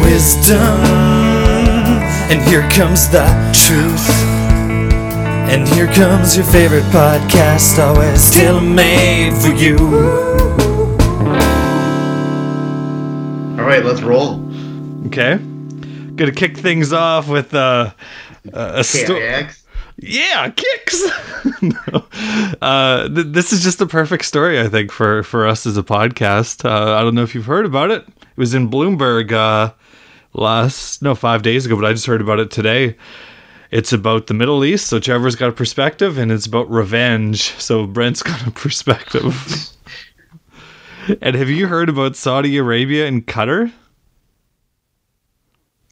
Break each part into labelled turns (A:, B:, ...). A: wisdom. And here comes the truth. And here comes your favorite podcast, always tailor made for you.
B: All right, let's roll.
C: Okay. Gonna kick things off with uh, uh, a story.
B: KIX.
C: Yeah, kicks. no. uh, th- this is just the perfect story, I think, for for us as a podcast. Uh, I don't know if you've heard about it. It was in Bloomberg uh, last no five days ago, but I just heard about it today. It's about the Middle East, so Trevor's got a perspective, and it's about revenge, so Brent's got a perspective. and have you heard about Saudi Arabia and Qatar?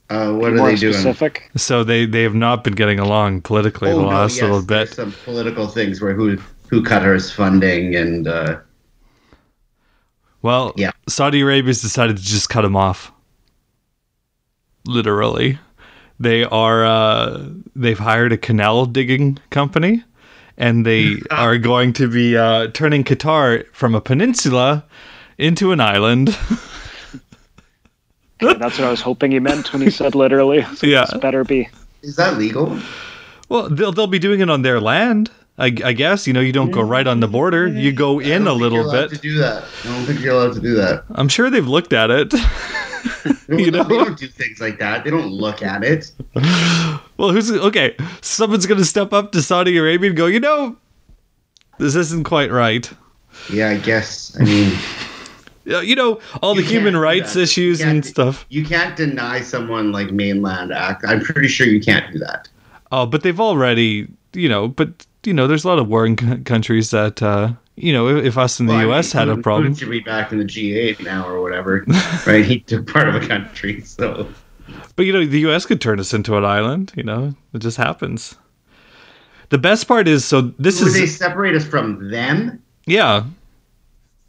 B: Uh, what are
D: More
B: they doing?
D: specific.
C: So they they have not been getting along politically the
B: Oh, no,
C: last
B: yes,
C: little bit.
B: there's Some political things where who who Qatar is funding and uh,
C: Well,
B: Yeah.
C: Saudi Arabia's decided to just cut him off. Literally, they are uh, they've hired a canal digging company, and they are going to be uh, turning Qatar from a peninsula into an island.
D: That's what I was hoping he meant when he said literally. So
C: Yeah.
D: This better be.
B: is that legal?
C: well, they'll they'll be doing it on their land. I, I guess you know you don't go right on the border. You go
B: I
C: in
B: don't
C: a
B: think you're
C: little
B: allowed
C: bit.
B: to do that. I don't think you're allowed to do that.
C: I'm sure they've looked at it.
B: you
C: You
B: know?
C: know?
B: They don't do things like that. They don't look at it.
C: Well, who's okay? Someone's gonna step up to Saudi Arabia and go, you know, this isn't quite right.
B: Yeah, I guess. I mean,
C: Yeah, You know, all
B: You
C: the
B: can't
C: human
B: do
C: rights
B: that. You
C: issues
B: can't
C: and
B: do-
C: stuff.
B: you can't deny someone like mainland act. I'm pretty sure you can't do that.
C: Oh, but they've already, you know, but you know, there's a lot of warring c- countries that, uh, you know, if, if us in the
B: Well, I
C: U.S.
B: mean,
C: had a
B: Putin-
C: problem,
B: Putin should be back in the G8 now or whatever, right? He took part of a country, so
C: But you know, the U.S. could turn us into an island. You know, it just happens. The best part is, so this
B: would they
C: is,
B: separate us from them?
C: yeah.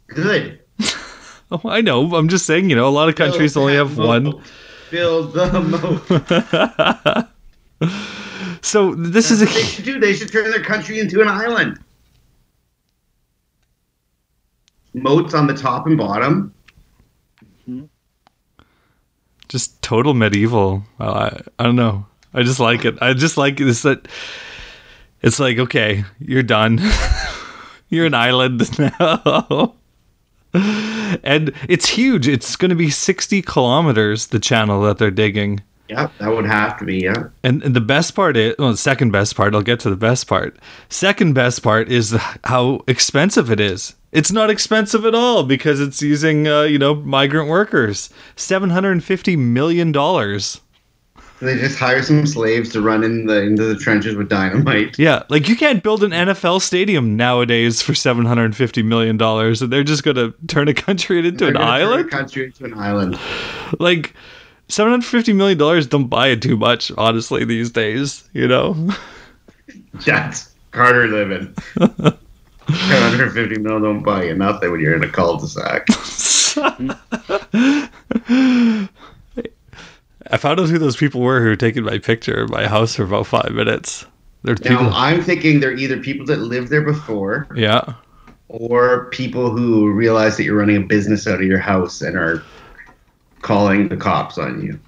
B: Good.
C: Oh, I know. I'm just saying. You know, a lot of countries
B: Build
C: only
B: that
C: have one.
B: moat. Build the moat.
C: So this is
B: That's what
C: a
B: they should do. They should turn their country into an island. Moats on the top and bottom.
C: just total medieval. Well, I I don't know. I just like it. I just like this that it's like okay, you're done. you're an island now. and it's huge. It's going to be 60 kilometers the channel that they're digging.
B: Yeah, that would have to be. Yeah.
C: And, and the best part is, well, the second best part, I'll get to the best part. Second best part is how expensive it is. It's not expensive at all because it's using, uh, you know, migrant workers. $750 million.
B: So they just hire some slaves to run in the into the trenches with dynamite.
C: Yeah, like you can't build an NFL stadium nowadays for seven hundred and fifty million dollars, and they're just gonna turn a country into
B: They're
C: an
B: gonna turn their
C: island.
B: country into an island.
C: Like seven hundred fifty million dollars don't buy it too much, honestly, these days. You know,
B: That's Carter living. 150 mil don't buy you nothing when you're in a cul-de-sac.
C: I found out who those people were who were taking my picture in my house for about five minutes. They're
B: Now
C: people.
B: I'm thinking they're either people that lived there before,
C: yeah,
B: or people who realize that you're running a business out of your house and are calling the cops on you.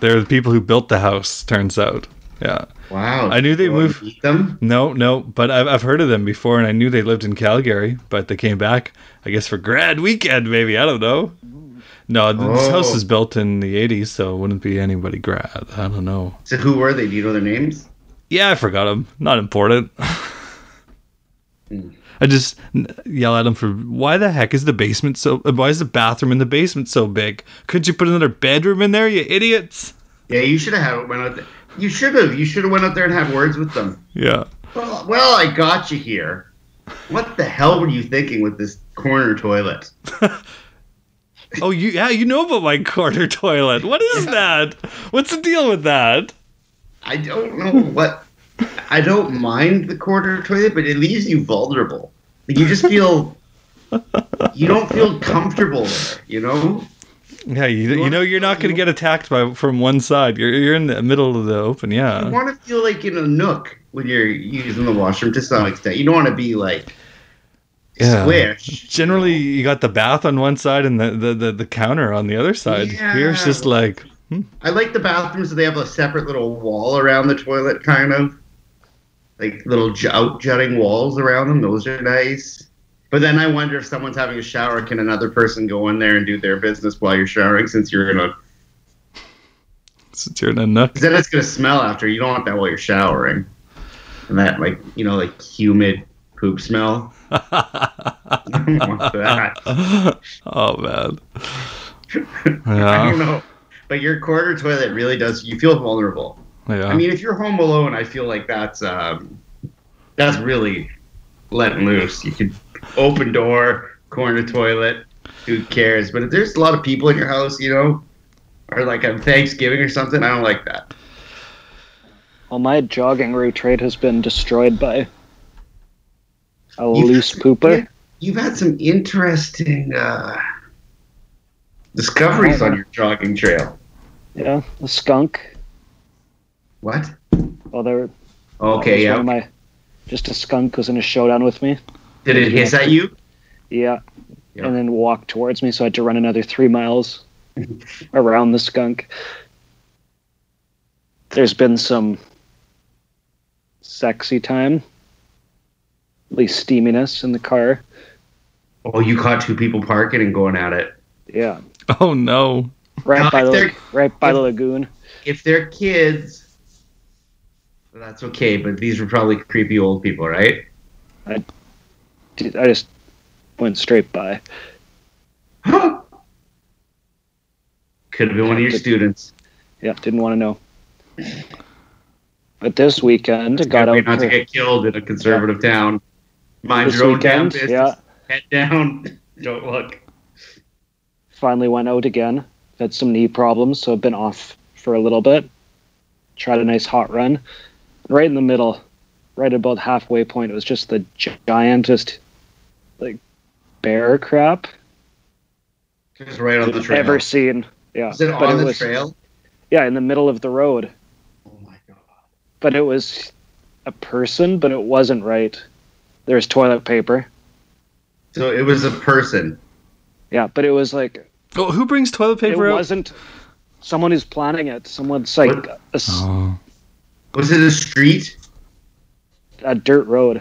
C: they're the people who built the house. Turns out, yeah.
B: Wow!
C: I knew they
B: You wanna
C: moved-
B: beat them.
C: No, no, but I've, I've heard of them before, and I knew they lived in Calgary, but they came back, I guess, for grad weekend, maybe. I don't know. No, th- this
B: Oh.
C: house is built in the 80s, so it wouldn't be anybody grad. I don't know.
B: So who were they? Do you know their names?
C: Yeah, I forgot them. Not important. I just n- yell at them for why the heck is the basement so? Why is the bathroom in the basement so big? Could you put another bedroom in there, you idiots?
B: Yeah, you should have had- went out. There. You should have. You should have went out there and had words with them.
C: Yeah.
B: Well, well, I got you here. What the hell were you thinking with this corner toilet?
C: Oh, you yeah, you know about my corner toilet. What is that? What's the deal with that?
B: I don't know what. I don't mind the quarter toilet, but it leaves you vulnerable. Like, you just feel. you don't feel comfortable there, you know?
C: Yeah, you, you
B: wanna-
C: know you're not going
B: you-
C: to get attacked by from one side. You're you're in the middle of the open.
B: You
C: Yeah,
B: want to feel like in a nook when you're using the washroom to some extent. You don't want to be like.
C: Yeah.
B: Squish.
C: generally you got the bath on one side and the the, the, the counter on the other side. Here's
B: Yeah.
C: just like
B: I like the bathrooms that they have a separate little wall around the toilet, kind of like little j- out jutting walls around them. Those are nice. But then I wonder if someone's having a shower, can another person go in there and do their business while you're showering? Since you're in a,
C: Since you're in a nook.
B: 'cause then it's gonna smell after. You don't want that while you're showering, and that like you know like humid poop smell. I don't want that.
C: oh man.
B: I don't
C: Yeah.
B: know. But your quarter toilet really does. You feel vulnerable.
C: Yeah.
B: I mean, if you're home alone, I feel like that's um, that's really letting loose. You could open door, corner toilet. Who cares? But if there's a lot of people in your house, you know, or like on Thanksgiving or something, I don't like that.
D: Well, my jogging route rate has been destroyed by a
B: You've-
D: loose pooper.
B: You've had some interesting uh, discoveries on your jogging trail.
D: Yeah, a skunk.
B: What?
D: Well, there.
B: Okay,
D: that was one of
B: yeah.
D: My, just a skunk was in a showdown with me.
B: Did it hiss at you?
D: Yeah.
B: Yeah.
D: And then walked towards me, so I had to run another three miles around the skunk. There's been some sexy time, at least steaminess in the car.
B: Oh, you caught two people parking and going at it.
D: Yeah,
C: oh no.
D: right by
B: They're-
D: the right by the lagoon.
B: if they're kids, that's okay. But these were probably creepy old people, right?
D: Dude, I just went straight by.
B: Could have been one of your students.
D: Yeah, didn't want to know. But this weekend, I got
B: Happy
D: out.
B: not to
D: for-
B: get killed in a conservative town. Mind
D: this
B: your own damn
D: weekend,
B: business.
D: yeah,
B: Head down. Don't look.
D: finally went out again. Had some knee problems, so I've been off for a little bit. Tried a nice hot run. Right in the middle, right about halfway point, it was just the giantest, like, bear crap
B: Just right on the trail.
D: ever seen. Yeah,
B: Is it
D: but
B: on
D: it
B: the
D: was
B: trail?
D: yeah in the middle of the road.
B: Oh my god.
D: But it was a person, but it wasn't right. There was toilet paper.
B: So it was a person.
D: Yeah, but it was like
C: Oh, who brings toilet
D: it
C: paper out?
D: wasn't someone who's planning it. Someone's like a, s-
C: Oh.
B: Was it a street?
D: a dirt road.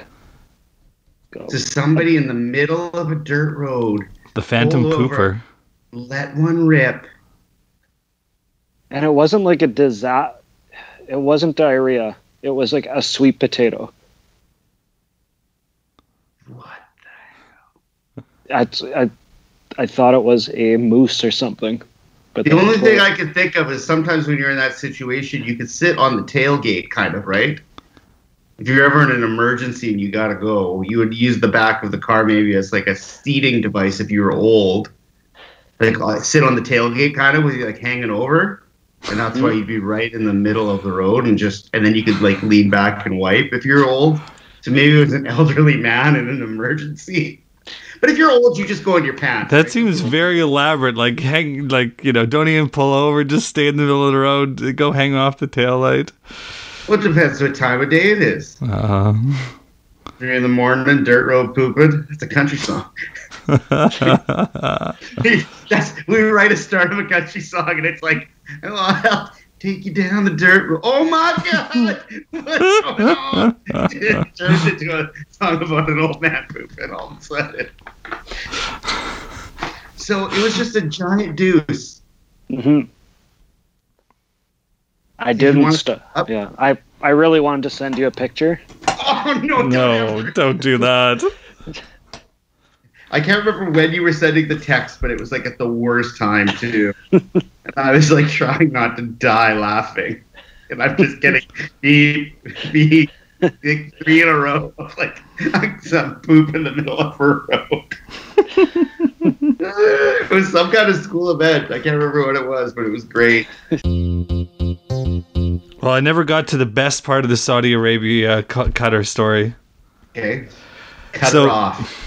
D: Go.
B: To somebody in the middle of a dirt road,
C: The Phantom
B: All over.
C: Pooper.
B: let one rip.
D: And it wasn't like a disaster. It wasn't diarrhea. It was like a sweet potato.
B: What?
D: I, I, I thought it was a moose or something. But
B: The
D: then
B: only
D: it
B: thing
D: was-
B: I can think of is sometimes when you're in that situation, you could sit on the tailgate, kind of, right? If you're ever in an emergency and you gotta go, you would use the back of the car maybe as like a seating device if you were old. Like uh, sit on the tailgate, kind of, with you like hanging over, and that's why you'd be right in the middle of the road and just, and then you could like lean back and wipe if you're old. So maybe it was an elderly man in an emergency. But if you're old, you just go in your pants.
C: That
B: right?
C: seems very elaborate. Like hang, like you know, don't even pull over. Just stay in the middle of the road. Go hang off the taillight.
B: Well, it depends what time of day it is.
C: Uh,
B: Three in the morning, dirt road pooping. It's a country song. That's we write a start of a country song, and it's like, oh, I'll take you down the dirt road. Oh my God, what's going on? It turns into a song about an old man pooping all of a sudden. So it was just a giant deuce.
D: Mhm. I
B: Did you
D: didn't.
B: wanna-
D: St-
B: up?
D: yeah, I, I really wanted to send you a picture.
B: Oh no, don't
C: no,
B: ever-
C: don't do that.
B: I can't remember when you were sending the text, but it was like at the worst time too. and I was like trying not to die laughing. And I'm just getting beep, beep, like, three in a row. Like like some poop in the middle of a road. it was some kind of school event. I can't remember what it was, but it was great.
C: Well, I never got to the best part of the Saudi Arabia cu- cutter story.
B: Okay. Cut
C: So-
B: her off.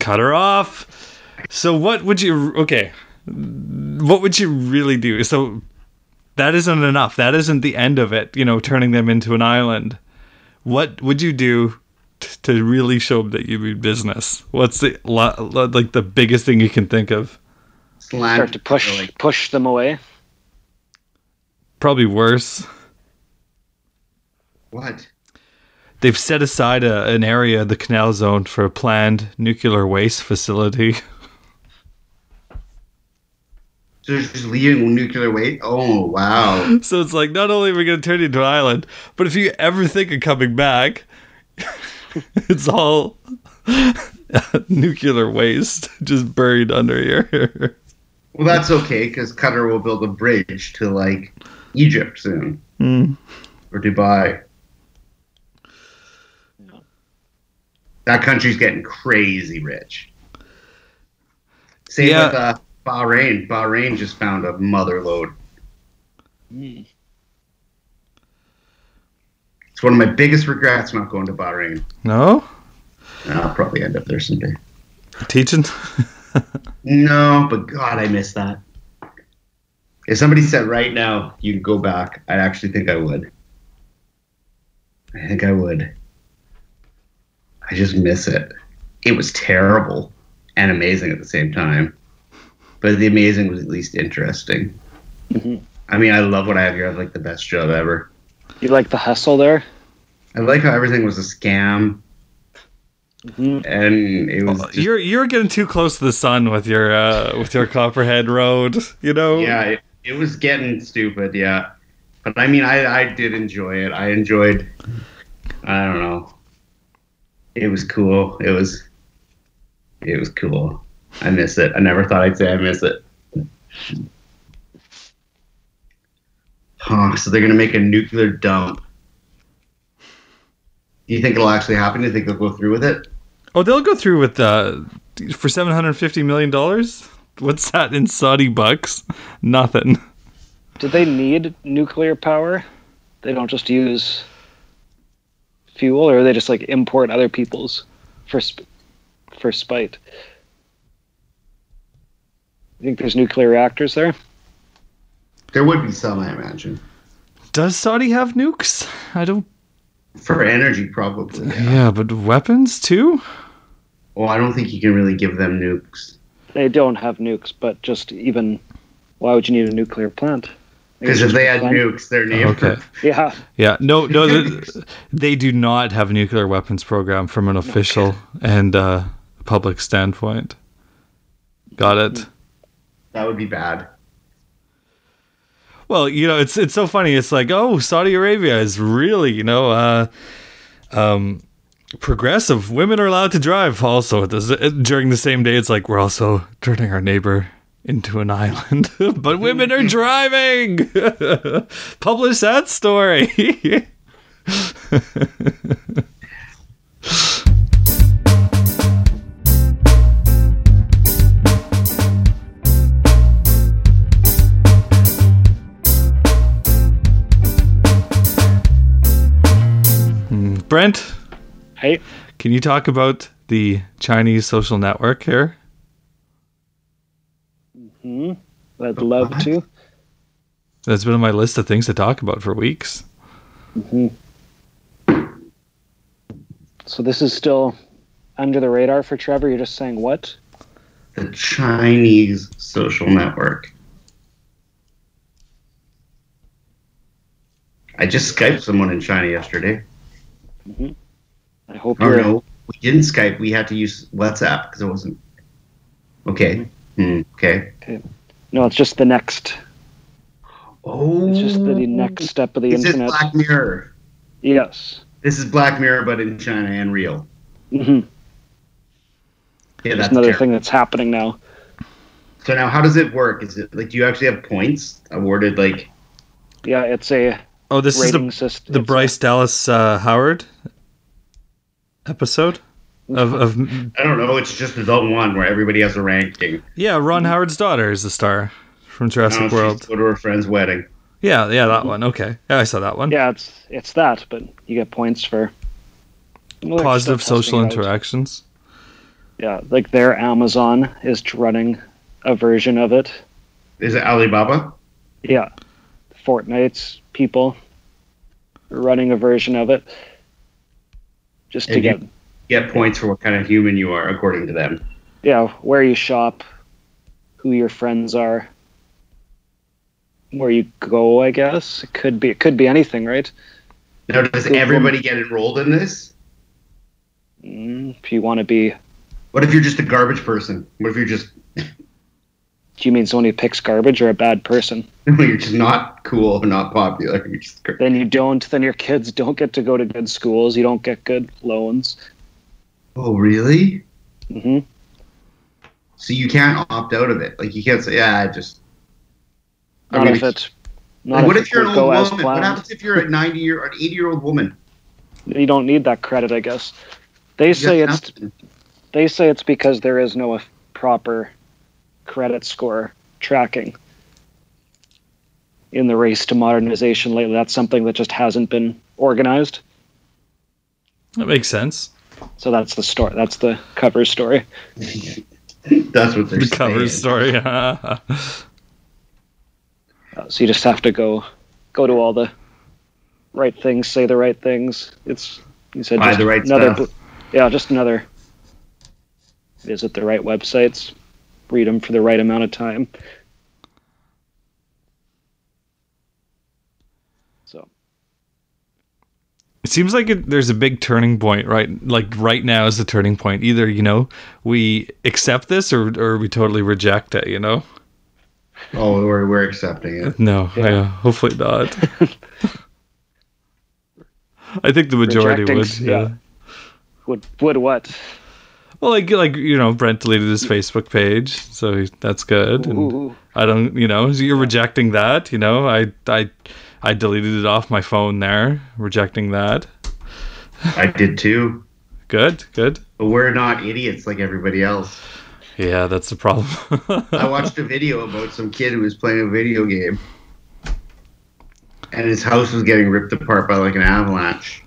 C: Cut her off. So what would you? Okay, what would you really do? So that isn't enough. That isn't the end of it. You know, turning them into an island. What would you do t- to really show them that you mean business? What's the lo- lo- like the biggest thing you can think of?
B: Slant
D: Start to push
B: Like,
D: push them away.
C: probably worse.
B: What?
C: They've set aside a, an area, the canal zone, for a planned nuclear waste facility.
B: So they're just leaving nuclear waste? Oh, wow.
C: so it's like, not only are we going to turn you into an island, but if you ever think of coming back, it's all nuclear waste just buried under here.
B: Well, that's okay because Qatar will build a bridge to like Egypt soon
C: Mm.
B: or Dubai. That country's getting crazy rich. Same
C: Yeah.
B: with uh, Bahrain. Bahrain just found a mother lode.
D: Mm.
B: It's one of my biggest regrets not going to Bahrain.
C: No?
B: And I'll probably end up there someday.
C: Teaching?
B: No, but God, I miss that. If somebody said right now you can go back, I actually think I would. I think I would. I just miss it. It was terrible and amazing at the same time, but the amazing was at least interesting.
D: Mhm.
B: I mean, I love what I have here. I have like the best job ever.
D: You like the hustle there?
B: I like how everything was a scam,
D: Mhm.
B: and it was.
C: Well,
B: just-
C: you're you're getting too close to the sun with your uh, with your Copperhead Road, you know.
B: yeah it, it was getting stupid yeah but i mean i i did enjoy it i enjoyed i don't know it was cool it was it was cool i miss it i never thought i'd say i miss it huh so they're gonna make a nuclear dump do you think it'll actually happen? Do you think they'll go through with it?
C: Oh, they'll go through with uh, for seven hundred fifty million dollars. What's that in Saudi bucks? Nothing.
D: Do they need nuclear power? They don't just use fuel, or they just like import other people's for sp- for spite. You think there's nuclear reactors there?
B: There would be some, I imagine.
C: Does Saudi have nukes? I don't.
B: For energy, probably.
C: Yeah, but weapons too.
B: Well, I don't think you can really give them nukes.
D: They don't have nukes, but just even why would you need a nuclear plant?
B: Because if they had
D: Plant-
B: nukes, their name.
C: Okay.
D: yeah,
C: Yeah. No. No. th- they do not have a nuclear weapons program from an official and uh, public standpoint. Got it.
B: That would be bad.
C: Well, you know, it's it's so funny. It's like, oh, Saudi Arabia is really, you know, uh, um, progressive. Women are allowed to drive. Also, at this, during the same day, it's like we're also turning our neighbor into an island, but women are driving. Publish that story. Brent,
D: hey,
C: can you talk about the Chinese social network here?
D: hmm, I'd love to.
C: That's been on my list of things to talk about for weeks.
D: So this is still under the radar for Trevor. You're just saying what?
B: The Chinese social network. I just Skyped someone in China yesterday.
D: I hope
C: Oh,
B: Or
D: you're.
B: no, we didn't Skype. We had to use WhatsApp because it wasn't. Okay. Hmm, okay.
D: No, it's just the next.
B: Oh.
D: It's just the
C: Mm.
D: next step of the
B: This is
D: internet.
B: Black Mirror.
D: Yes.
B: This is Black Mirror, but in China and real.
D: Mm-hmm.
B: Yeah,
D: That's
B: that's
D: another
B: terrible.
D: thing that's happening now.
B: So now, how does it work? Is it like do you actually have points awarded? Like,
D: Yeah, it's a
C: Oh, this is the
D: rating system.
C: the Bryce Dallas uh, Howard episode of, of
B: I don't know. It's just adult one where everybody has a ranking.
C: yeah Ron Howard's daughter is the star from
B: Oh,
C: Jurassic
B: she's
C: World.
B: Go to her friend's wedding.
C: Yeah, yeah, that one. Okay, yeah, I saw that one.
D: Yeah, it's it's that, but you get points for well, they're
C: Positive
D: still testing
C: social
D: it out.
C: interactions.
D: Yeah, like their Amazon is running a version of it.
B: Is it Alibaba?
D: Yeah, Fortnite's people are running a version of it just to
B: And you-
D: get
B: Get points for what kind of human you are, according to them.
D: yeah where you shop, who your friends are, where you go. I guess it could be it could be anything, right?
B: Now, does everybody get enrolled in this?
D: Mm, if you want to be,
B: What if you're just a garbage person? What if you're just
D: do you mean someone who picks garbage or a bad person?
B: you're just not cool and not popular? You're just gar-
D: Then you don't. Then your kids don't get to go to good schools. You don't get good loans.
B: oh, really?
D: hmm
B: So you can't opt out of it. Like you can't say, yeah, I just.
D: Not
B: gonna
D: if
B: keep-
D: it. Not
B: Like, what
D: if,
B: if you're
D: it
B: an
D: would
B: old
D: go as
B: woman? What
D: planned.
B: happens if you're a 90 year, an 80 year old woman?
D: you don't need that credit, I guess. They
B: You
D: say
B: got
D: it's
B: nothing.
D: they say it's because there is no proper credit score tracking in the race to modernization lately. That's something that just hasn't been organized.
C: That makes sense.
D: So that's the story. That's the cover story.
B: That's what they're
C: the cover
B: saying.
C: story.
D: Uh, so you just have to go go to all the right things, say the right things. It's you said
B: Buy
D: just
B: the right
D: another
B: stuff.
D: bl- yeah, just another visit the right websites, read them for the right amount of time. So
C: it seems like it, there's a big turning point right like right now is the turning point either you know we accept this or, or we totally reject it you know
B: Oh, we're, we're accepting it.
C: no I, uh, hopefully not i think the majority
D: Rejecting,
C: would yeah.
D: yeah. would would what?
C: well like like you know brent deleted his facebook page so he- that's good and
D: Ooh,
C: i don't you know so you're rejecting that you know i i i deleted it off my phone there rejecting that
B: I did too.
C: good good
B: But we're not idiots like everybody else.
C: yeah that's the problem
B: I watched a video about some kid who was playing a video game, and his house was getting ripped apart by like an avalanche.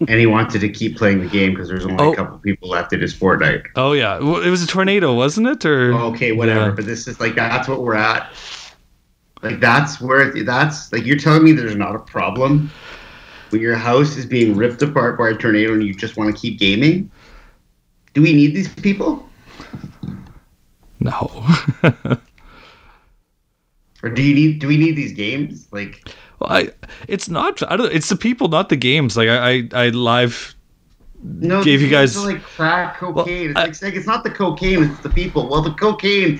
B: and he wanted to keep playing the game because there's only
C: Oh.
B: a couple people left in his Fortnite. Oh,
C: Oh yeah, well, it was a tornado, wasn't it? Or
B: Okay, whatever.
C: Yeah.
B: But this is like that's what we're at. Like that's where that's like you're telling me there's not a problem when your house is being ripped apart by a tornado and you just want to keep gaming. Do we need these people?
C: no.
B: Or do you need do we need these games? Like
C: well, I, it's not. I don't. It's the people, not the games. Like I, I, I live.
B: No,
C: gave you guys-
B: it's like crack cocaine.
C: Well, I-
B: it's, like, it's not the cocaine; it's the people. Well, the cocaine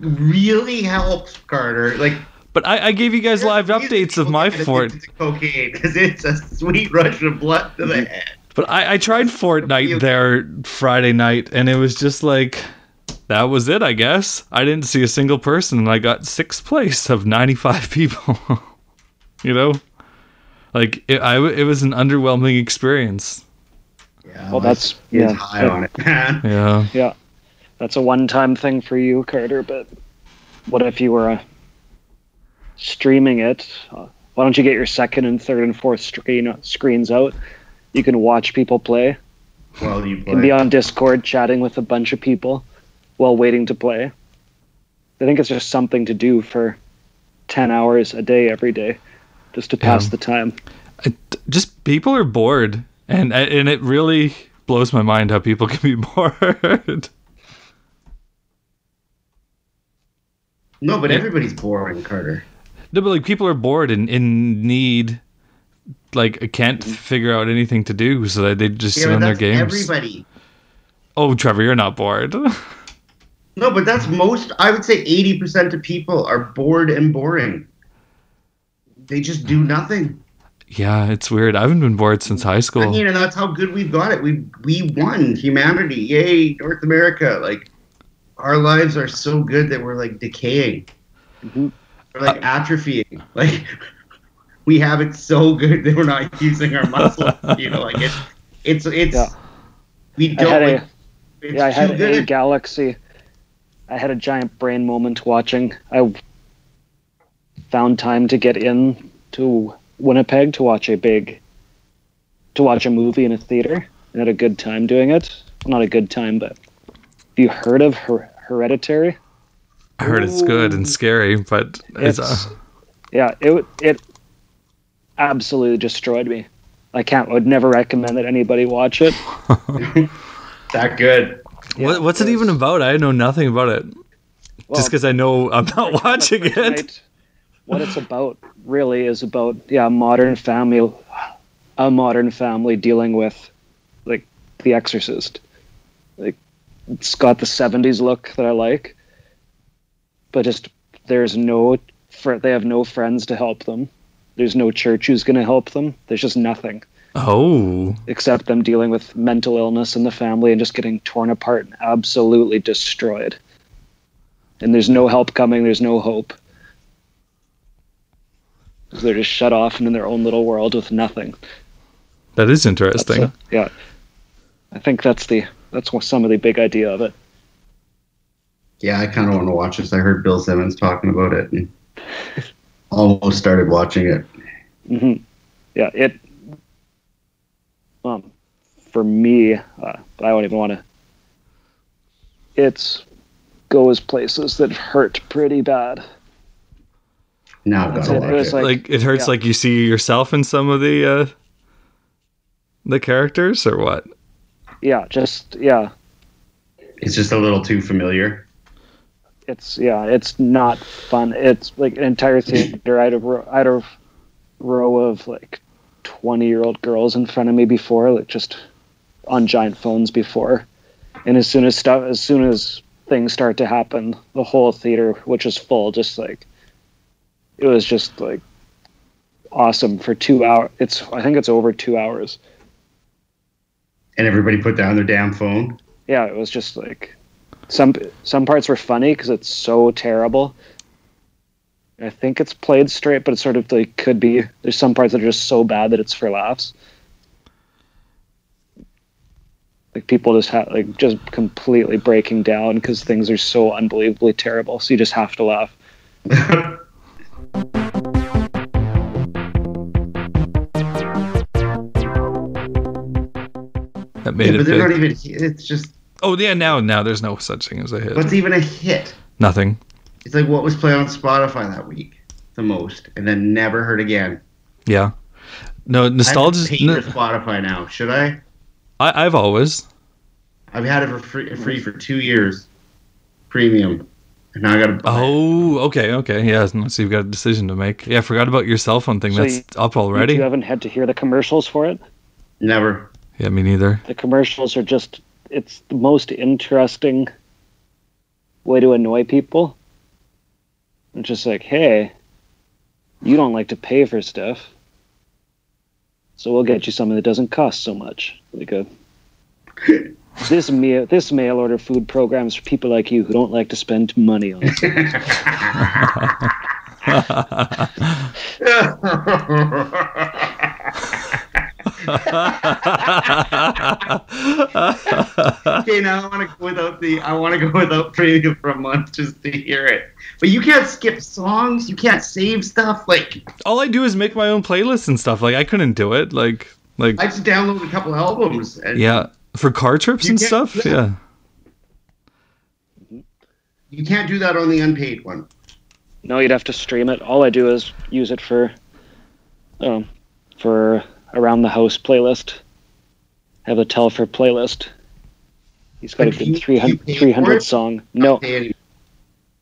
B: really helps Carter. Like
C: But I, I gave you guys live
B: there's reason
C: updates of
B: people
C: my
B: get
C: fort.
B: addicted to cocaine because it's a sweet rush of blood to
D: Mm.
B: the head.
C: But I, I tried Fortnite there Friday night, and it was just like that was it. I guess I didn't see a single person, and I got sixth place of ninety-five people. you know, like it, I, it was an underwhelming experience.
B: Yeah,
D: well, that's
B: he's
D: yeah,
B: high on it, man.
C: Yeah.
D: yeah. That's a one-time thing for you, Carter. But what if you were uh, streaming it? Uh, why don't you get your second and third and fourth screen uh, screens out? You can watch people play.
B: Well, you
D: You can be
B: play.
D: on Discord chatting with a bunch of people while waiting to play. I think it's just something to do for ten hours a day every day, just to pass
C: Yeah.
D: the time.
C: just people are bored and and it really blows my mind how people can be bored
B: no, but everybody's boring, Carter.
C: no but like people are bored and in need like can't figure out anything to do so that they just sit
B: but
C: on their
B: that's
C: games
B: everybody.
C: oh trevor you're not bored
B: No, but that's most. I would say eighty percent of people are bored and boring. They just do nothing.
C: yeah it's weird i haven't been bored since high
B: I
C: school
B: mean, and that's how good we've got it. We we won humanity. Yay, North America! Like our lives are so good that we're like decaying,
D: Mhm.
B: we're like atrophying. Like we have it so good that we're not using our muscles. you know, like it's it's it's
D: Yeah.
B: we
D: I
B: don't.
D: had a-
B: like, it's
D: yeah, I
B: too
D: had a
B: good.
D: galaxy. I had a giant brain moment watching. I w- found time to get in to Winnipeg to watch a big to watch a movie in a theater and had a good time doing it. Not a good time, but have you heard of Her- Hereditary?
C: i heard it's good and scary but it's,
D: It's-
C: uh,
D: Yeah, it w- it absolutely destroyed me. I can't would never recommend that anybody watch it.
B: that good.
C: what, what's it
D: it's-
C: even about i know nothing about it
D: Well,
C: just because i know i'm not watching
D: Night-
C: it
D: what it's about really is about yeah, a modern family, a modern family dealing with like The Exorcist. Like it's got the '70s look that I like, but just there's no fr- they have no friends to help them. There's no church who's going to help them. There's just nothing
C: Oh,
D: except them dealing with mental illness in the family and just getting torn apart and absolutely destroyed. And there's no help coming, there's no hope. They're just shut off and in their own little world with nothing.
C: that is
D: That's
C: interesting.
D: it. yeah. I think that's the that's what some of the big idea of it.
B: Yeah, I kind of want to watch this. I heard Bill Simmons talking about it and almost started watching it.
D: hmm Yeah, it. Um, for me, uh, I don't even want to. It's goes places that hurt pretty bad.
B: Now I've got
D: That's
B: to
D: it.
B: watch
D: It was
B: it.
D: like-
C: like it hurts
D: yeah.
C: like you see yourself in some of the uh the characters or what?
D: Yeah, just yeah.
B: it's just a little too familiar.
D: It's yeah. It's not fun. It's like an entire theater. I had a row, I had a row of like twenty-year-old girls in front of me before, like just on giant phones before. And as soon as stuff, as soon as things start to happen, the whole theater, which is full, just like it was just like awesome for two hours. It's I think it's over two hours.
B: And everybody put down their damn phone.
D: yeah, it was just like some some parts were funny because it's so terrible. I think it's played straight, but it sort of like could be. There's some parts that are just so bad that it's for laughs. Like people just have like just completely breaking down because things are so unbelievably terrible. So you just have to laugh.
C: That
B: Yeah,
C: made
B: but
C: it
B: they're not
C: big.
B: even. It's just
C: Oh yeah, now now there's no such thing as a hit.
B: what's even a hit.
C: Nothing.
B: It's like what was played on Spotify that week the most, and then never heard again.
C: Yeah. No,
B: Nostalgia's
C: nostalgia.
B: I have to pay for Spotify now. Should I?
C: I, I've always.
B: I've had it for free, free for two years, premium, and now I got to.
C: Oh, okay, okay. Yeah, so you've got a decision to make. Yeah, I forgot about your cell phone thing.
D: So
C: That's
D: you-
C: up
D: You
C: already.
D: haven't had to hear the commercials for it.
B: Never.
C: Yeah, me neither.
D: The commercials are just. It's the most interesting way to annoy people. It's just like, hey, you don't like to pay for stuff, so we'll get you something that doesn't cost so much. Like a this meal, this mail order food programs for people like you who don't like to spend money on. it."
B: okay, now I want to go without the. I want to go without premium for a month just to hear it. But you can't skip songs. You can't save stuff. Like
C: All I do is make my own playlists and stuff. Like I couldn't do it. Like like
B: I just downloaded a couple albums. And
C: yeah, for car trips
B: You
C: and
B: can't-
C: stuff.
B: yeah.
C: Yeah.
B: You can't do that on the unpaid one.
D: No, you'd have to stream it. All I do is use it for, um, for around the house playlist. I have a Telfer playlist. He's got
B: But
D: a
B: you-
D: good
B: you
D: 300,
B: pay for
D: 300
B: it?
D: song. No,
B: Pay any-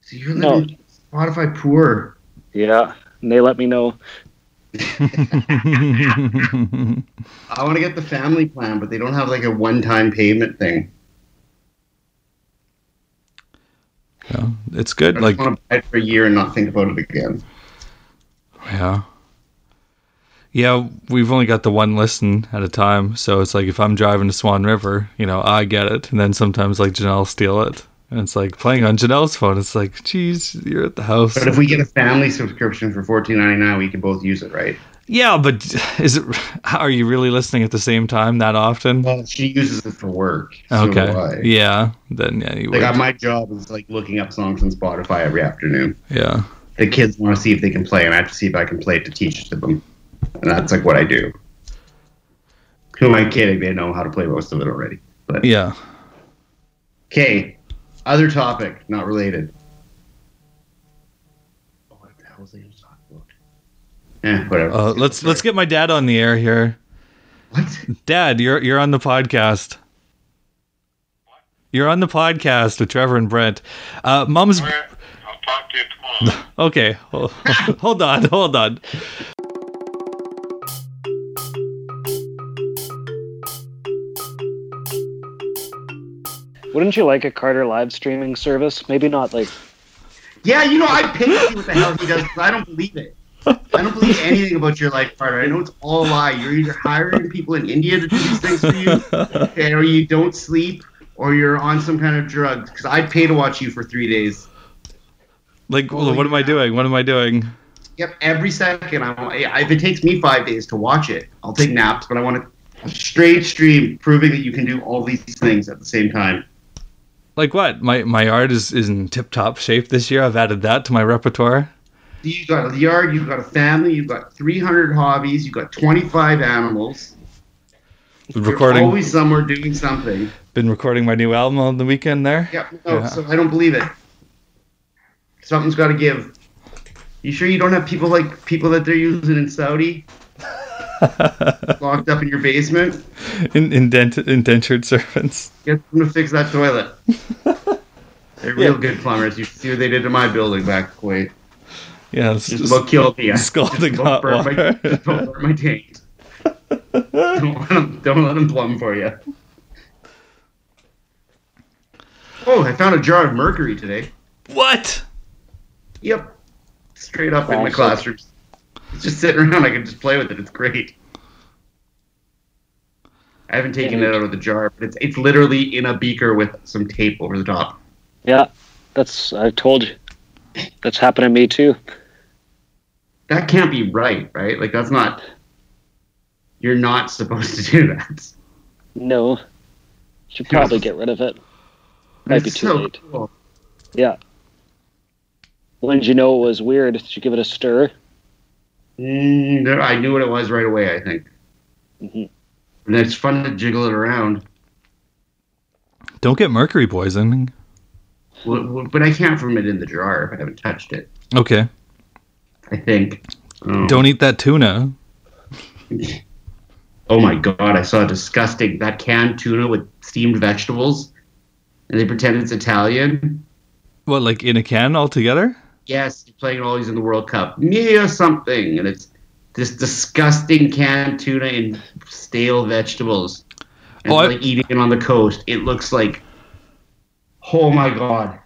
B: So you're
D: No.
B: living Spotify poor.
D: yeah, and they let me know.
B: I want to get the family plan, but they don't have like a one-time payment thing.
C: yeah, it's
B: I
C: good.
B: just
C: Like
B: want to buy it for a year and not think about it again.
C: Yeah. Yeah, we've only got the one listen at a time, so it's like if I'm driving to Swan River, you know, I get it, and then sometimes like Janelle will steal it, and it's like playing on Janelle's phone. It's like, geez, you're at the house.
B: But if we get a family subscription for fourteen ninety-nine, we can both use it, right?
C: Yeah, but is it? Are you really listening at the same time that often?
B: Well, she uses it for work. so do I.
C: Okay. Yeah. Then yeah, you
B: Like
C: would.
B: I, my job is like looking up songs on Spotify every afternoon.
C: yeah.
B: The kids want to see if they can play, and I have to see if I can play it to teach it to them. And that's like what I do. Who am I kidding? They know how to play most of it already. But
C: Yeah.
B: okay, other topic, not related. Oh, What the hell was I going to talk about? Eh, whatever.
C: Uh, let's let's get my dad on the air here.
B: What?
C: Dad, you're you're on the podcast. You're on the podcast with Trevor and Brent. Uh, Mom's
E: Where- I'll talk to you tomorrow.
C: Okay, hold, hold on, hold on.
D: Wouldn't you like a Carter live streaming service? Maybe not like
B: Yeah, you know, I pay to see what the hell he does because I don't believe it. I don't believe anything about your life, Carter. I know it's all a lie. You're either hiring people in India to do these things for you, okay, or you don't sleep, or you're on some kind of drug. Because I'd pay to watch you for three days.
C: Like,
B: Oh,
C: what am I
B: yeah.
C: doing? What am I doing?
B: Yep, every second. I want, yeah, if it takes me five days to watch it, I'll take naps. But I want a straight stream proving that you can do all these things at the same time.
C: Like what? My my art is, is in tip top shape this year. I've added that to my repertoire.
B: You got a yard. You've got a family. You've got 300 hobbies. You've got 25 animals.
C: Been
B: You're
C: recording,
B: always somewhere doing something.
C: been recording my new album on the weekend there.
B: Yeah, no,
C: Yeah.
B: so I don't believe it. Something's got to give. You sure you don't have people like people that they're using in Saudi locked up in your basement?
C: in, indent, indentured servants.
B: Get them to fix that toilet. They're real good plumbers. You should see what they did to my building back away.
C: Yeah, it's
B: Just
C: just-
B: about killed me. Just
C: scalding
B: about
C: hot
B: burned
C: water.
B: My, just about burned my tank. don't, let them, don't let them plumb for you. Oh, I found a jar of mercury today.
C: what?
B: Yep. Straight up in my
D: Awesome.
B: classrooms. It's just sitting around. I can just play with it. It's great. I haven't taken it out of the jar, but it's it's literally in a beaker with some tape over the top.
D: yeah. That's I told you. That's happened to me too.
B: That can't be right, right? Like that's not. You're not supposed to do that.
D: No. Should probably get rid of it. Might be
B: That's
D: too
B: so
D: late.
B: cool.
D: Yeah. When did you know it was weird? Did you give it a stir?
B: Mm, there- I knew what it was right away. I think.
D: Mhm.
B: And it's fun to jiggle it around,
C: Don't get mercury poisoning.
B: W- w- but I can't from it in the jar if I haven't touched it.
C: Okay.
B: I think. Um,
C: Don't eat that tuna.
B: Oh my god, I saw a disgusting that canned tuna with steamed vegetables. And they pretend it's Italian.
C: What, like in a can altogether?
B: Yes, you're playing all these in the World Cup. Me or something. And it's this disgusting canned tuna in stale vegetables. And
C: Oh, I-
B: like eating it on the coast. It looks like Oh my god.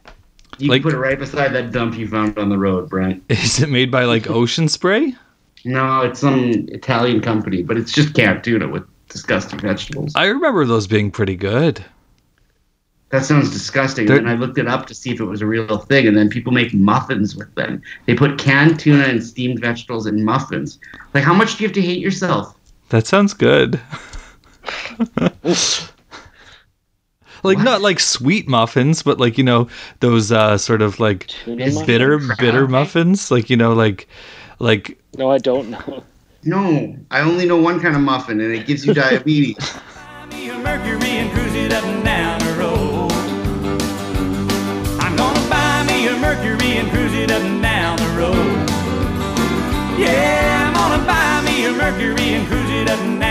B: You
C: Like-
B: can put it right beside that dump you found on the road, Brent.
C: Is it made by like ocean spray?
B: No, it's some Italian company, but it's just canned tuna with disgusting vegetables.
C: I remember those being pretty good.
B: That sounds disgusting.
C: They're-
B: and I looked it up to see if it was a real thing. And then people make muffins with them. They put canned tuna and steamed vegetables in muffins. Like, how much do you have to hate yourself?
C: That sounds good. like not like sweet muffins, but like you know those uh, sort of like
D: Tuna muffin?
C: bitter bitter
B: Crab.
C: muffins. Like you know like like
D: No, I don't know.
B: No, I only know one kind of muffin, and it gives you diabetes.
A: me a Mercury and cruise it up and down the road. I'm gonna buy me a Mercury and cruise it up and down the road. Oh, Yeah, I'm gonna buy me a Mercury and cruise it up and down.